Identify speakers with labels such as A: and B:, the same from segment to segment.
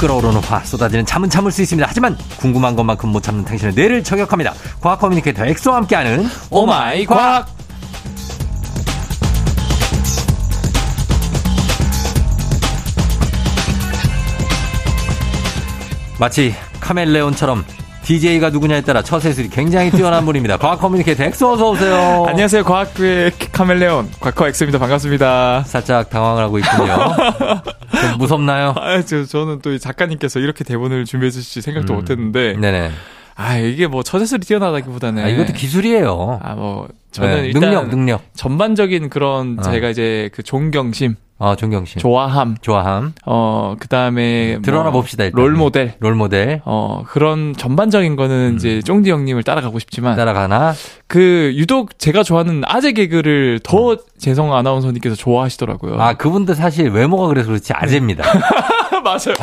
A: 끓어오르는 화 쏟아지는 잠은 참을 수 있습니다. 하지만 궁금한 것만큼 못 참는 당신의 뇌를 저격합니다. 과학 커뮤니케이터 엑소와 함께하는
B: 어?
A: 오마이 과학. 마치 카멜레온처럼 DJ가 누구냐에 따라 처세술이 굉장히 뛰어난 분입니다. 과학 커뮤니케이터 엑소 어서 오세요.
B: 안녕하세요. 과학부의 카멜레온 과커 엑스입니다. 반갑습니다.
A: 살짝 당황을 하고 있군요. 좀 무섭나요?
B: 아, 저, 저는 또 이 작가님께서 이렇게 대본을 준비해 주실지 생각도
A: 음.
B: 못 했는데.
A: 네네.
B: 아, 이게 뭐 처세술이 뛰어나다기보다는.
A: 아, 이것도 기술이에요.
B: 네. 아, 뭐, 저는
A: 네,
B: 일단
A: 능력, 능력.
B: 전반적인 그런
A: 어.
B: 제가 이제 그 존경심,
A: 아, 존경심.
B: 좋아함,
A: 좋아함.
B: 어, 그 다음에.
A: 네, 드러나 봅시다, 일단.
B: 롤 모델.
A: 롤모델.
B: 어, 그런 전반적인 거는 이제 쫑디 형님을 따라가고 싶지만.
A: 음. 따라가나?
B: 그 유독 제가 좋아하는 아재 개그를 더 재성 아나운서님께서 좋아하시더라고요.
A: 음. 아, 그분도 사실 외모가 그래서 그렇지 아재입니다.
B: 맞아요.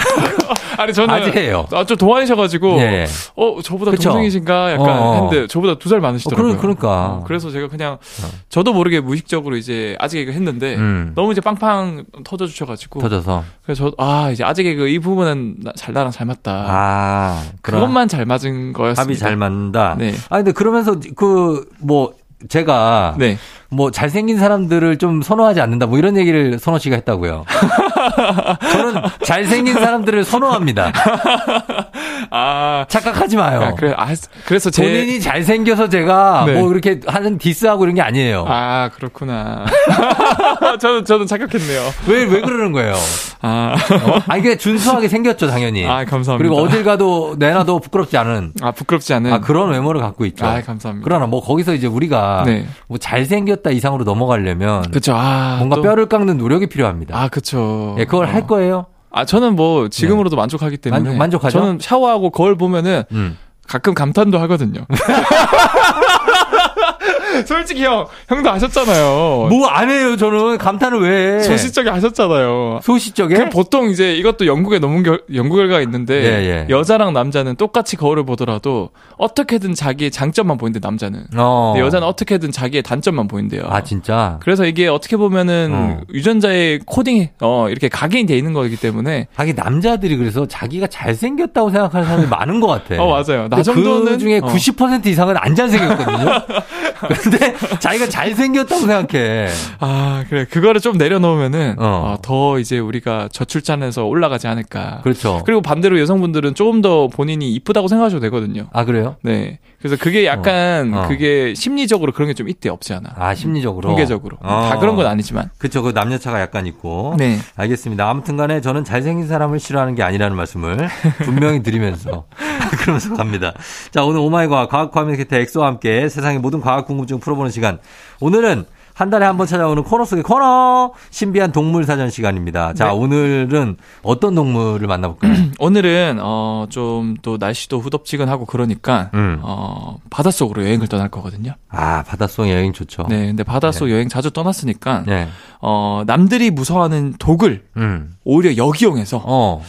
B: 아니 저는
A: 아재예요.
B: 아, 좀 동안이셔가지고
A: 예.
B: 어 저보다
A: 그쵸?
B: 동생이신가 약간
A: 어.
B: 했는데 저보다 두 살 많으시더라고요.
A: 어, 그러- 그러니까.
B: 래서 제가 그냥 저도 모르게 무의식적으로 이제 아재 개그 했는데
A: 어. 음.
B: 너무 이제 빵빵 터져 주셔가지고
A: 터져서.
B: 그래서 저, 아 이제 아재 개그 이 부분은 나, 잘 나랑 잘 맞다.
A: 아, 그런
B: 그것만 잘 맞은 거였습니다.
A: 합이 잘 맞는다.
B: 네.
A: 아, 근데 그러면서 그, 뭐, 제가
B: 네.
A: 뭐 잘생긴 사람들을 좀 선호하지 않는다 뭐 이런 얘기를 선호 씨가 했다고요. 저는 잘생긴 사람들을 선호합니다.
B: 아,
A: 착각하지 마요.
B: 아, 그래 아 그래서 제
A: 본인이 잘생겨서 제가
B: 네.
A: 뭐 이렇게 하는 디스하고 이런 게 아니에요.
B: 아 그렇구나. 저는 저는 착각했네요.
A: 왜 왜 그러는 거예요?
B: 아,
A: 어? 아니 그냥 준수하게 생겼죠 당연히.
B: 아 감사합니다.
A: 예. 그리고 어딜 가도 내놔도 부끄럽지 않은
B: 아 부끄럽지 않은.
A: 아 그런 외모를 갖고 있죠.
B: 아, 감사합니다.
A: 그러나 뭐 거기서 이제 우리가
B: 네.
A: 뭐 잘생겼다 이상으로 넘어가려면
B: 그쵸. 아,
A: 뭔가
B: 또-
A: 뼈를 깎는 노력이 필요합니다.
B: 아, 그쵸.
A: 예, 그걸
B: 어.
A: 할 거예요.
B: 아, 저는 뭐 지금으로도 만족하기 때문에.
A: 만족- 만족하죠?
B: 저는 샤워하고 거울 보면은
A: 음.
B: 가끔 감탄도 하거든요. 솔직히 형, 형도 아셨잖아요.
A: 뭐 예. 안 해요 저는 감탄을 왜 해?
B: 소시적에 아셨잖아요.
A: 소시적에
B: 그 보통 이제 이것도 연구에 논문 결, 연구 결과가 있는데
A: 예, 예.
B: 여자랑 남자는 똑같이 거울을 보더라도 어떻게든 자기의 장점만 보이는데 남자는
A: 어.
B: 근데 여자는 어떻게든 자기의 단점만 보인대요.
A: 아 진짜
B: 그래서 이게 어떻게 보면은
A: 어.
B: 유전자의 코딩 어 이렇게 각인이 돼 있는 거기 때문에
A: 하긴 남자들이 그래서 자기가 잘생겼다고 생각하는 사람이 많은 것 같아.
B: 어 맞아요. 나
A: 네. 근데
B: 정도는
A: 그 중에
B: 어.
A: 90% 이상은 안 잘생겼거든요. 근데 자기가 잘생겼다고 생각해.
B: 아 그래 그거를 좀 내려놓으면은
A: 어.
B: 어, 더 이제 우리가 저출산에서 올라가지 않을까.
A: 그렇죠.
B: 그리고 반대로 여성분들은 조금 더 본인이 이쁘다고 생각하셔도 되거든요.
A: 아 그래요?
B: 네. 그래서 그게 약간
A: 어. 어.
B: 그게 심리적으로 그런 게 좀 있대 없지 않아.
A: 아 심리적으로.
B: 통계적으로
A: 어.
B: 다 그런 건 아니지만.
A: 그쵸, 그 남녀차가 약간 있고.
B: 네.
A: 알겠습니다. 아무튼 간에 저는 잘생긴 사람을 싫어하는 게 아니라는 말씀을 분명히 드리면서, 그러면서 갑니다. 자, 오늘 오마이과학, 과학 커뮤니케이터 엑소와 함께 세상의 모든 과학 궁금증 풀어보는 시간. 오늘은 한 달에 한 번 찾아오는 코너 속의 코너! 신비한 동물 사전 시간입니다. 자,
B: 네.
A: 오늘은 어떤 동물을 만나볼까요?
B: 오늘은 어 좀 또 날씨도 후덥지근하고 그러니까
A: 음.
B: 어 바닷속으로 여행을 떠날 거거든요.
A: 아, 바닷속 여행 좋죠.
B: 네, 근데 바닷속 여행 자주 떠났으니까
A: 네.
B: 어 남들이 무서워하는 독을
A: 음.
B: 오히려 역이용해서
A: 어.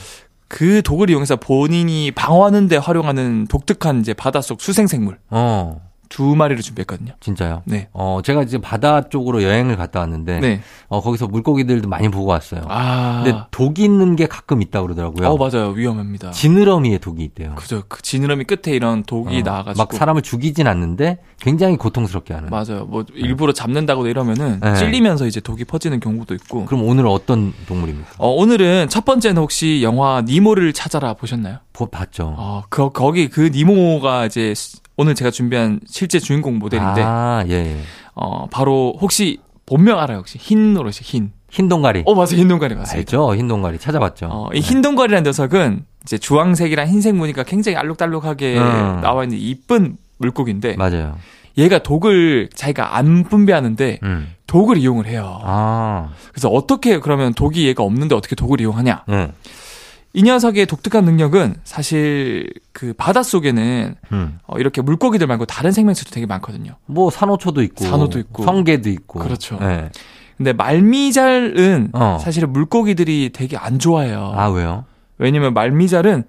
B: 그 독을 이용해서 본인이 방어하는데 활용하는 독특한 이제 바닷속 수생생물
A: 어.
B: 두 마리를 준비했거든요.
A: 진짜요?
B: 네.
A: 어, 제가 이제 바다 쪽으로 여행을 갔다 왔는데,
B: 네.
A: 어, 거기서 물고기들도 많이 보고 왔어요.
B: 아.
A: 근데 독이 있는 게 가끔 있다 그러더라고요.
B: 어, 맞아요. 위험합니다.
A: 지느러미에 독이 있대요.
B: 그죠. 그 지느러미 끝에 이런 독이
A: 어,
B: 나와가지고.
A: 막 사람을 죽이진 않는데 굉장히 고통스럽게 하는.
B: 맞아요. 뭐 일부러 잡는다고 이러면은
A: 네.
B: 찔리면서 이제 독이 퍼지는 경우도 있고.
A: 그럼 오늘 어떤 동물입니까?
B: 어, 오늘은 첫 번째는 혹시 영화 니모를 찾아라 보셨나요?
A: 보- 봤죠.
B: 어, 그, 거기 그 니모가 이제 스- 오늘 제가 준비한 실제 주인공 모델인데,
A: 아, 예. 예.
B: 어, 바로 혹시 본명 알아요? 혹시 흰 노릇이 흰.
A: 흰 동가리.
B: 어, 맞아요. 흰 동가리 맞아요.
A: 알죠? 네. 흰 동가리 찾아봤죠.
B: 어, 이 흰 동가리라는 녀석은 이제 주황색이랑 흰색 무늬가 굉장히 알록달록하게
A: 음.
B: 나와 있는 이쁜 물고기인데,
A: 맞아요.
B: 얘가 독을 자기가 안 분비하는데
A: 음.
B: 독을 이용을 해요.
A: 아,
B: 그래서 어떻게 그러면 독이 얘가 없는데 어떻게 독을 이용하냐?
A: 예.
B: 이 녀석의 독특한 능력은 사실 그 바닷속에는
A: 음.
B: 어, 이렇게 물고기들 말고 다른 생명체도 되게 많거든요.
A: 뭐 산호초도 있고,
B: 산호도 있고.
A: 성게도 있고.
B: 그렇죠.
A: 예.
B: 근데 말미잘은
A: 어.
B: 사실 물고기들이 되게 안 좋아해요.
A: 아 왜요?
B: 왜냐면 말미잘은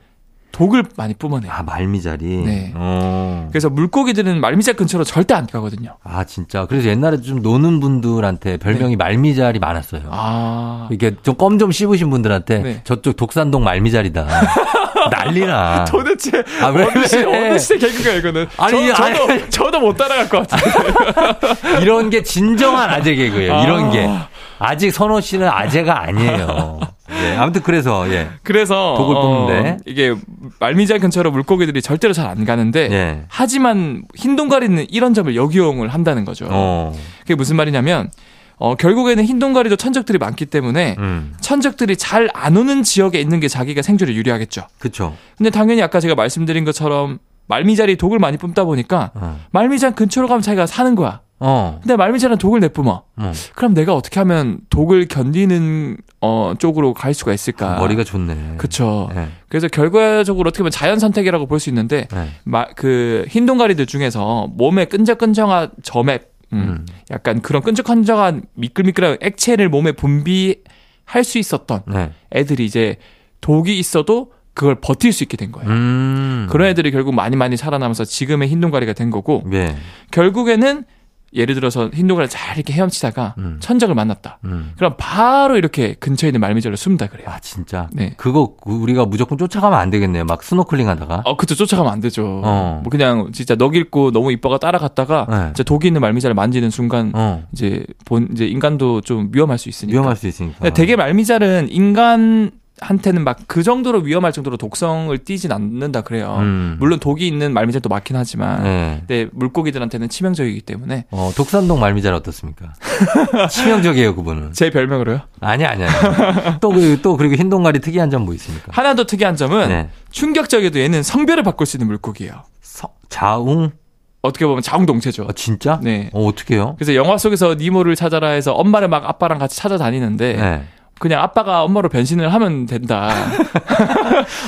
B: 독을 많이 뿜어내요.
A: 아, 말미잘이.
B: 네.
A: 어.
B: 그래서 물고기들은 말미잘 근처로 절대 안 가거든요.
A: 아, 진짜. 그래서 옛날에 좀 노는 분들한테 별명이
B: 네.
A: 말미잘이 많았어요.
B: 아.
A: 이렇게 좀 껌 좀 씹으신 분들한테
B: 네.
A: 저쪽 독산동 말미잘이다. 난리나.
B: 도대체
A: 아, 왜,
B: 어느 시
A: 왜?
B: 어느 시대 개그가 이거는
A: 아니,
B: 저, 도
A: 아니.
B: 저도 못 따라갈 것 같아요.
A: 이런 게 진정한 아재 개그예요. 이런
B: 아.
A: 게. 아직 선호 씨는 아재가 아니에요. 예, 아무튼 그래서, 예.
B: 그래서
A: 독을
B: 어,
A: 뽑는데.
B: 이게 말미잘 근처로 물고기들이 절대로 잘 안 가는데
A: 예.
B: 하지만 흰 동가리는 이런 점을 역이용을 한다는 거죠.
A: 어.
B: 그게 무슨 말이냐면 어, 결국에는 흰 동가리도 천적들이 많기 때문에
A: 음.
B: 천적들이 잘 안 오는 지역에 있는 게 자기가 생존에 유리하겠죠.
A: 그쵸.
B: 근데 당연히 아까 제가 말씀드린 것처럼 말미잘이 독을 많이 뿜다 보니까
A: 어.
B: 말미잘 근처로 가면 자기가 사는 거야.
A: 어.
B: 근데 말미잘은 독을 내뿜어.
A: 어.
B: 그럼 내가 어떻게 하면 독을 견디는 어, 쪽으로 갈 수가 있을까?
A: 아, 머리가 좋네.
B: 그러니까. 그쵸.
A: 예.
B: 그래서 결과적으로 어떻게 보면 자연 선택이라고 볼 수 있는데
A: 예.
B: 마, 그 흰동가리들 중에서 몸에 끈적끈적한 점액, 음,
A: 음.
B: 약간 그런 끈적끈적한 미끌미끌한 액체를 몸에 분비할 수 있었던
A: 네.
B: 애들이 이제 독이 있어도 그걸 버틸 수 있게 된 거예요.
A: 음.
B: 그런 애들이 결국 많이 많이 살아남아서 지금의 흰동가리가 된 거고
A: 예.
B: 결국에는 예를 들어서 흰동가리를 잘 이렇게 헤엄치다가
A: 음.
B: 천적을 만났다.
A: 음.
B: 그럼 바로 이렇게 근처에 있는 말미잘로 숨다 그래요.
A: 아, 진짜.
B: 네.
A: 그거 우리가 무조건 쫓아가면 안 되겠네요. 막 스노클링 하다가.
B: 어, 그쵸, 쫓아가면 안 되죠.
A: 어.
B: 뭐 그냥 진짜 너길고 너무 이뻐가 따라갔다가
A: 네.
B: 진짜 독이 있는 말미잘을 만지는 순간
A: 어.
B: 이제 본 이제 인간도 좀 위험할 수 있으니까.
A: 위험할 수 있으니까.
B: 근데 네, 되게 말미잘은 인간한테는 막 그 정도로 위험할 정도로 독성을 띠진 않는다 그래요.
A: 음.
B: 어, 물론 독이 있는 말미잘도 맞긴 하지만.
A: 예.
B: 근데 물고기들한테는 치명적이기 때문에
A: 어, 독산동 말미잘 어떻습니까? 치명적이에요, 그분은.
B: 제 별명으로요.
A: 아니, 아니, 아니. 또, 그, 또, 그리고 흰동가리 특이한 점 뭐 있습니까?
B: 하나 더 특이한 점은
A: 네.
B: 충격적에도 얘는 성별을 바꿀 수 있는 물고기예요.
A: 서, 자웅?
B: 어떻게 보면 자웅동체죠.
A: 아, 진짜?
B: 네.
A: 어, 어떻게 해요?
B: 그래서 영화 속에서 니모를 찾아라 해서 엄마를 막 아빠랑 같이 찾아다니는데
A: 네.
B: 그냥 아빠가 엄마로 변신을 하면 된다.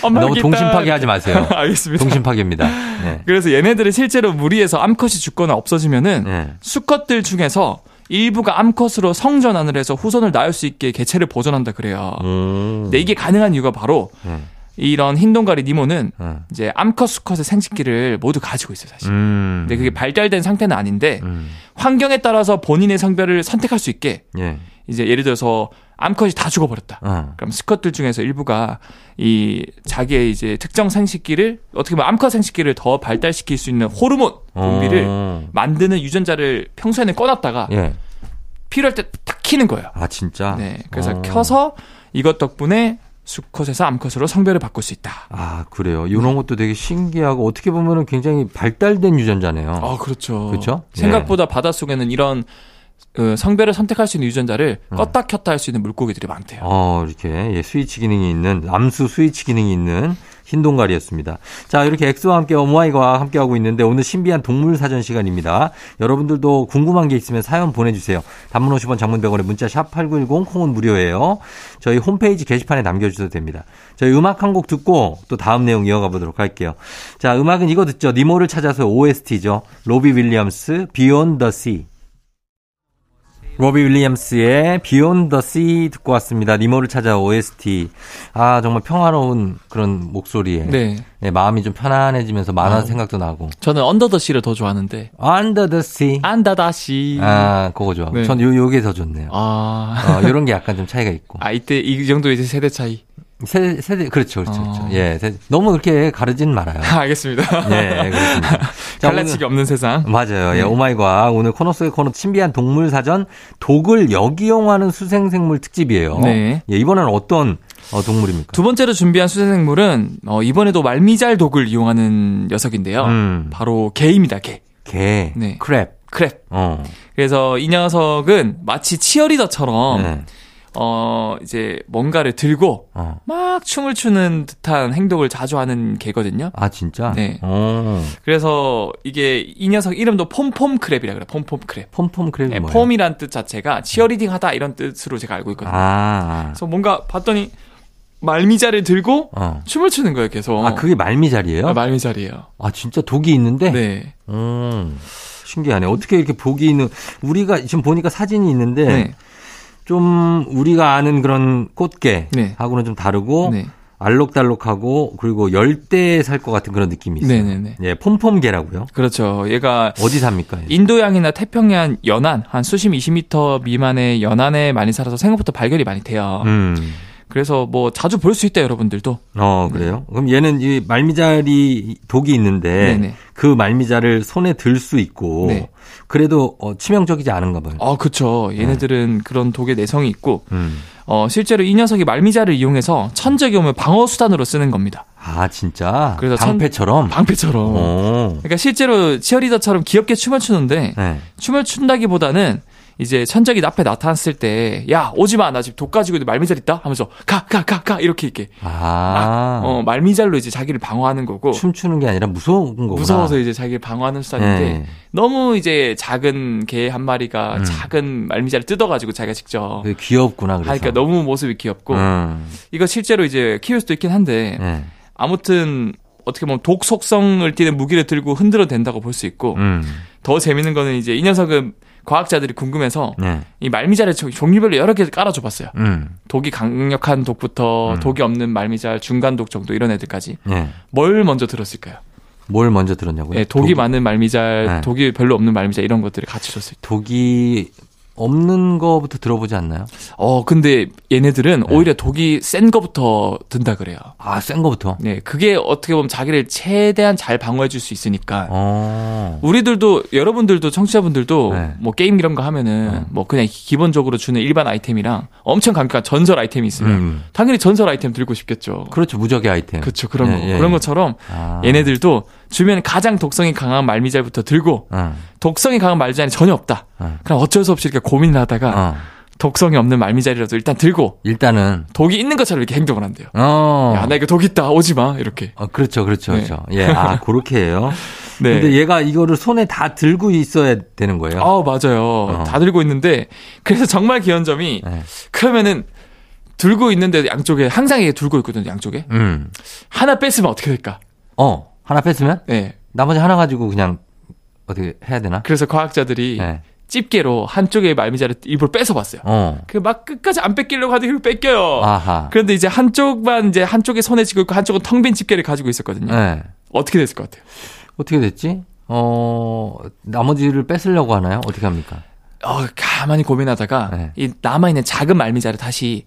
B: 엄마
A: 너무
B: 여기 있다.
A: 동심 파괴하지 마세요.
B: 알겠습니다.
A: 동심 파괴입니다. 네.
B: 그래서 얘네들이 실제로 무리해서 암컷이 죽거나 없어지면은
A: 네.
B: 수컷들 중에서 일부가 암컷으로 성전환을 해서 후손을 낳을 수 있게 개체를 보존한다 그래요.
A: 음.
B: 근데 네, 이게 가능한 이유가 바로
A: 네.
B: 이런 흰동가리 니모는
A: 네.
B: 이제 암컷 수컷의 생식기를 모두 가지고 있어요, 사실.
A: 음.
B: 근데 네, 그게 발달된 상태는 아닌데
A: 음.
B: 환경에 따라서 본인의 성별을 선택할 수 있게
A: 예.
B: 이제 예를 들어서 암컷이 다 죽어버렸다.
A: 어.
B: 그럼 수컷들 중에서 일부가 이 자기의 이제 특정 생식기를 어떻게 보면 암컷 생식기를 더 발달시킬 수 있는 호르몬 분비를
A: 어.
B: 만드는 유전자를 평소에는 꺼놨다가
A: 예.
B: 필요할 때 탁 키는 거예요.
A: 아, 진짜?
B: 네, 그래서
A: 어.
B: 켜서 이것 덕분에 수컷에서 암컷으로 성별을 바꿀 수 있다.
A: 아, 그래요. 이런 것도 되게 신기하고 어떻게 보면은 굉장히 발달된 유전자네요.
B: 아, 그렇죠.
A: 그렇죠?
B: 생각보다 바닷속에는 이런 어, 성별을 선택할 수 있는 유전자를
A: 음.
B: 껐다 켰다 할 수 있는 물고기들이 많대요.
A: 어, 이렇게 예, 스위치 기능이 있는 남수 스위치 기능이 있는 흰 동가리였습니다. 자, 이렇게 엑소와 함께 어머아이와 함께 하고 있는데 오늘 신비한 동물 사전 시간입니다. 여러분들도 궁금한 게 있으면 사연 보내 주세요. 단문 50원 장문 100원에 문자 샵 8910 콩은 무료예요. 저희 홈페이지 게시판에 남겨 주셔도 됩니다. 저희 음악 한 곡 듣고 또 다음 내용 이어가 보도록 할게요. 자, 음악은 이거 듣죠. 니모를 찾아서 OST죠. 로비 윌리엄스 Beyond the Sea. 로비 윌리엄스의 Beyond the Sea 듣고 왔습니다. 니모를 찾아 OST. 아, 정말 평화로운 그런 목소리에.
B: 네. 아.
A: 네, 마음이 좀 편안해지면서 만화 생각도 나고.
B: 저는 언더더시를 더 좋아하는데
A: Under the Sea.
B: 안다다시
A: 아, 그거 좋아.
B: 네.
A: 전 요, 요게 더 좋네요.
B: 아,
A: 어, 요런 게 약간 좀 차이가 있고.
B: 아 이때 이 정도 이제 세대 차이.
A: 세대, 세대, 그렇죠, 그렇죠.
B: 어.
A: 그렇죠. 예, 세대. 너무 그렇게 가르진 말아요.
B: 아, 알겠습니다.
A: 예, 그렇습니다. 자,
B: 갈라치기 없는 세상.
A: 맞아요.
B: 네.
A: 예, 오마이과 오늘 코너 속의 코너 신비한 동물 사전 독을 역이용하는 수생생물 특집이에요.
B: 네.
A: 예, 이번에는 어떤 어, 동물입니까?
B: 두 번째로 준비한 수생생물은 어, 이번에도 말미잘 독을 이용하는 녀석인데요.
A: 음.
B: 바로 개입니다. 개.
A: 개,
B: 네.
A: 크랩.
B: 크랩.
A: 어.
B: 그래서 이 녀석은 마치 치어리더처럼
A: 네.
B: 어 이제 뭔가를 들고
A: 어.
B: 막 춤을 추는 듯한 행동을 자주 하는 개거든요.
A: 아 진짜?
B: 네.
A: 어.
B: 그래서 이게 이 녀석 이름도 폼폼 크랩이라 그래요. 폼폼 크랩.
A: 폼폼 크랩이
B: 네,
A: 뭐예요?
B: 폼이란 뜻 자체가 치어리딩하다 이런 뜻으로 제가 알고 있거든요.
A: 아.
B: 그래서 뭔가 봤더니 말미잘을 들고
A: 어.
B: 춤을 추는 거예요, 계속.
A: 아 그게 말미잘이에요?
B: 아, 말미잘이에요.
A: 아 진짜 독이 있는데?
B: 네.
A: 음. 신기하네. 어떻게 이렇게 독이 있는 우리가 지금 보니까 사진이 있는데
B: 네.
A: 좀 우리가 아는 그런
B: 네.
A: 꽃게하고는 좀 다르고
B: 네.
A: 알록달록하고 그리고 열대에 살 것 같은 그런 느낌이 있어요.
B: 네네네.
A: 예, 폼폼개라고요.
B: 그렇죠. 얘가
A: 어디 삽니까? 예.
B: 인도양이나 태평양 연안 한 수심 20m 미만의 연안에 많이 살아서 생각보다 발견이 많이 돼요.
A: 음.
B: 그래서 뭐 자주 볼 수 있다 여러분들도.
A: 어, 그래요? 그럼 얘는 이 말미잘이 독이 있는데
B: 네네.
A: 그 말미잘을 손에 들 수 있고
B: 네.
A: 그래도 어, 치명적이지 않은가 봐요.
B: 아, 그쵸. 얘네들은 그런 독의 내성이 있고,
A: 음.
B: 어, 실제로 이 녀석이 말미잘을 이용해서 천적이 오면 방어수단으로 쓰는 겁니다.
A: 아, 진짜?
B: 그래서 천-
A: 방패처럼?
B: 방패처럼.
A: 어.
B: 그러니까 실제로 치어리더처럼 귀엽게 춤을 추는데,
A: 네.
B: 춤을 춘다기보다는 이제 천적이 앞에 나타났을 때, 야, 오지 마. 나 지금 독 가지고 있는 말미잘 있다? 하면서, 가, 가, 가, 가. 이렇게, 이렇게.
A: 아,
B: 어, 말미잘로 이제 자기를 방어하는 거고,
A: 춤추는 게 아니라 무서운 거구나.
B: 무서워서 이제 자기를 방어하는 수단인데,
A: 네.
B: 너무 이제 작은 개 한 마리가
A: 음.
B: 작은 말미잘을 뜯어가지고 자기가 직접
A: 그게 귀엽구나, 그래서.
B: 하니까 아, 그러니까 너무 모습이 귀엽고
A: 음.
B: 이거 실제로 이제 키울 수도 있긴 한데
A: 네.
B: 아무튼 어떻게 보면 독 속성을 띠는 무기를 들고 흔들어 댄다고 볼 수 있고
A: 음.
B: 더 재밌는 거는 이제 이 녀석은 과학자들이 궁금해서
A: 네.
B: 이 말미잘을 저- 종류별로 여러 개 깔아줘봤어요.
A: 음.
B: 독이 강력한 독부터
A: 음.
B: 독이 없는 말미잘, 중간 독 정도 이런 애들까지
A: 네.
B: 뭘 먼저 들었을까요?
A: 뭘 먼저 들었냐고요?
B: 예, 독이 많은 말미잘,
A: 네.
B: 독이 별로 없는 말미잘 이런 것들을 같이 줬을 때.
A: 독이 없는 거부터 들어보지 않나요?
B: 어, 근데 얘네들은
A: 네.
B: 오히려 독이 센 거부터 든다 그래요.
A: 아, 센 거부터.
B: 네, 그게 어떻게 보면 자기를 최대한 잘 방어해 줄 수 있으니까.
A: 어.
B: 우리들도 여러분들도 청취자분들도
A: 네.
B: 뭐 게임 이런 거 하면은
A: 어.
B: 뭐 그냥 기본적으로 주는 일반 아이템이랑 엄청 강력한 전설 아이템이 있으면
A: 음.
B: 당연히 전설 아이템 들고 싶겠죠.
A: 그렇죠. 무적의 아이템.
B: 그쵸 그런
A: 예,
B: 거
A: 예,
B: 그런
A: 예.
B: 것처럼
A: 아.
B: 얘네들도 주변에 가장 독성이 강한 말미잘부터 들고
A: 응.
B: 독성이 강한 말미잘이 전혀 없다.
A: 어.
B: 그럼 어쩔 수 없이 이렇게 고민을 하다가
A: 어.
B: 독성이 없는 말미잘이라도 일단 들고
A: 일단은
B: 독이 있는 것처럼 이렇게 행동을 한대요.
A: 어.
B: 야, 나 이거 독 있다. 오지 마. 이렇게.
A: 어, 그렇죠, 그렇죠,
B: 네.
A: 그렇죠. 예, 아, 그렇게 해요.
B: 네.
A: 근데 얘가 이거를 손에 다 들고 있어야 되는 거예요.
B: 아 맞아요.
A: 어.
B: 다 들고 있는데 그래서 정말 귀여운 점이
A: 네.
B: 그러면은 들고 있는데 양쪽에 항상 이게 들고 있거든요. 양쪽에
A: 음,
B: 하나 뺐으면 어떻게 될까?
A: 어, 하나 뺐으면
B: 예.
A: 나머지 하나 가지고 그냥 어떻게 해야 되나?
B: 그래서 과학자들이
A: 네.
B: 집게로 한쪽의 말미잘을 일부러 뺏어 봤어요.
A: 어,
B: 그 막 끝까지 안 뺏기려고 하더니 결국 뺏겨요.
A: 아하.
B: 어. 그런데 이제 한쪽만 이제 한쪽에 손에 쥐고 있고 한쪽은 텅 빈 집게를 가지고 있었거든요.
A: 네.
B: 어떻게 됐을 것 같아요?
A: 어떻게 됐지? 어, 나머지를 뺏으려고 하나요? 어떻게 합니까?
B: 어, 가만히 고민하다가
A: 네.
B: 이 남아 있는 작은 말미잘을 다시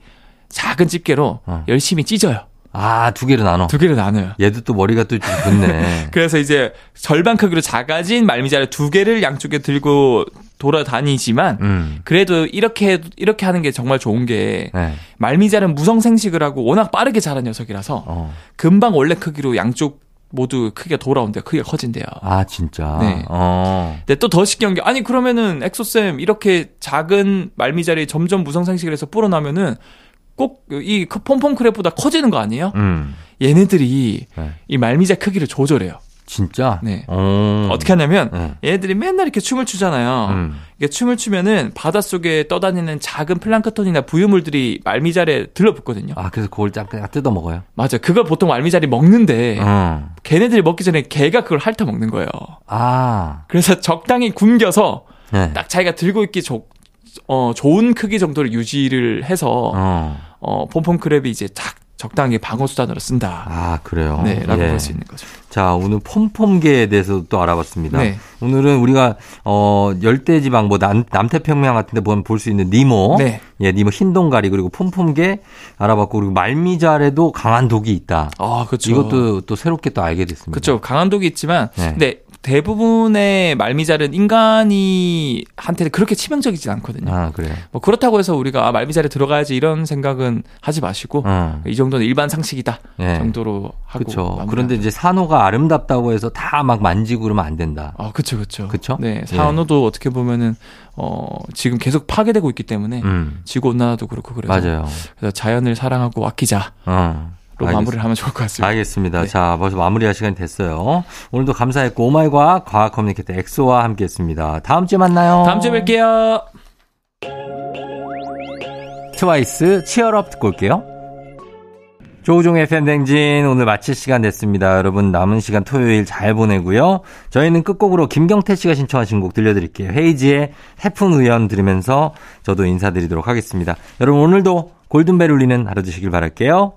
B: 작은 집게로
A: 어.
B: 열심히 찢어요.
A: 아, 두 개로 나눠.
B: 두 개를 나눠요.
A: 얘도 또 머리가 또 좋네.
B: 그래서 이제 절반 크기로 작아진 말미잘을 두 개를 양쪽에 들고 돌아다니지만
A: 음,
B: 그래도 이렇게 이렇게 하는 게 정말 좋은 게
A: 네.
B: 말미잘은 무성 생식을 하고 워낙 빠르게 자란 녀석이라서
A: 어,
B: 금방 원래 크기로 양쪽 모두 크기가 돌아온대요. 크기가 커진대요.
A: 아, 진짜.
B: 네.
A: 어,
B: 근데 또 더 신기한 게 아니 그러면은 엑소쌤 이렇게 작은 말미잘이 점점 무성 생식을 해서 불어나면은 꼭 이 폼폼 크랩보다 커지는 거 아니에요?
A: 음,
B: 얘네들이
A: 네.
B: 이 말미잘 크기를 조절해요.
A: 진짜.
B: 네.
A: 어,
B: 어떻게 어. 하냐면
A: 네.
B: 얘네들이 맨날 이렇게 춤을 추잖아요.
A: 음.
B: 이게 춤을 추면은 바닷속에 떠다니는 작은 플랑크톤이나 부유물들이 말미잘에 들러붙거든요.
A: 아, 그래서 그걸 쫙 그냥 뜯어 먹어요.
B: 맞아. 그걸 보통 말미잘이 먹는데
A: 어.
B: 걔네들이 먹기 전에 걔가 그걸 핥아 먹는 거예요.
A: 아,
B: 그래서 적당히 굶겨서
A: 네.
B: 딱 자기가 들고 있기 좋 어, 좋은 크기 정도를 유지를 해서
A: 어.
B: 어, 폼폼 크랩이 이제 딱 적당히 방어 수단으로 쓴다.
A: 아, 그래요.
B: 네, 라고
A: 예.
B: 볼 수 있는 거죠.
A: 자, 오늘 폼폼계에 대해서 또 알아봤습니다.
B: 네.
A: 오늘은 우리가 어 열대지방 뭐 남, 남태평양 같은 데 보면 볼 수 있는 니모.
B: 네.
A: 예, 니모 흰동가리 그리고 폼폼계 알아봤고 그리고 말미잘에도 강한 독이 있다.
B: 아, 그렇죠.
A: 이것도 또 새롭게 또 알게 됐습니다.
B: 그렇죠. 강한 독이 있지만
A: 네.
B: 근데 대부분의 말미잘은 인간이 한테는 그렇게 치명적이진 않거든요.
A: 아, 그래요.
B: 뭐 그렇다고 해서 우리가 아, 말미잘에 들어가야지 이런 생각은 하지 마시고
A: 어.
B: 이 정도는 일반 상식이다
A: 예.
B: 정도로 하고
A: 그렇죠.
B: 마무리하면-
A: 그런데 이제 산호가 아름답다고 해서 다 막 만지고 그러면 안 된다.
B: 아 그렇죠 그렇죠
A: 그쵸? 예.
B: 네 산호도 어떻게 보면은 어 지금 계속 파괴되고 있기 때문에
A: 음.
B: 지구 온난화도 그렇고 네. 그래서
A: 맞아요.
B: 그래서 자연을 사랑하고 아끼자로
A: 어. 알겠습니다.
B: 마무리를 하면 좋을 것 같습니다.
A: 알겠습니다.
B: 네.
A: 자, 벌써 마무리할 시간이 됐어요. 오늘도 감사했고, 오마이과 과학 커뮤니케이터 엑소와 함께 했습니다. 다음 주에 만나요.
B: 다음 주에 뵐게요.
A: 트와이스 치얼업 듣고 올게요. 조우종의 팬댕진 오늘 마칠 시간 됐습니다. 여러분 남은 시간 토요일 잘 보내고요. 저희는 끝곡으로 김경태 씨가 신청하신 곡 들려드릴게요. 헤이지의 해픈 우연 들으면서 저도 인사드리도록 하겠습니다. 여러분 오늘도 골든벨 울리는 하루 되시길 바랄게요.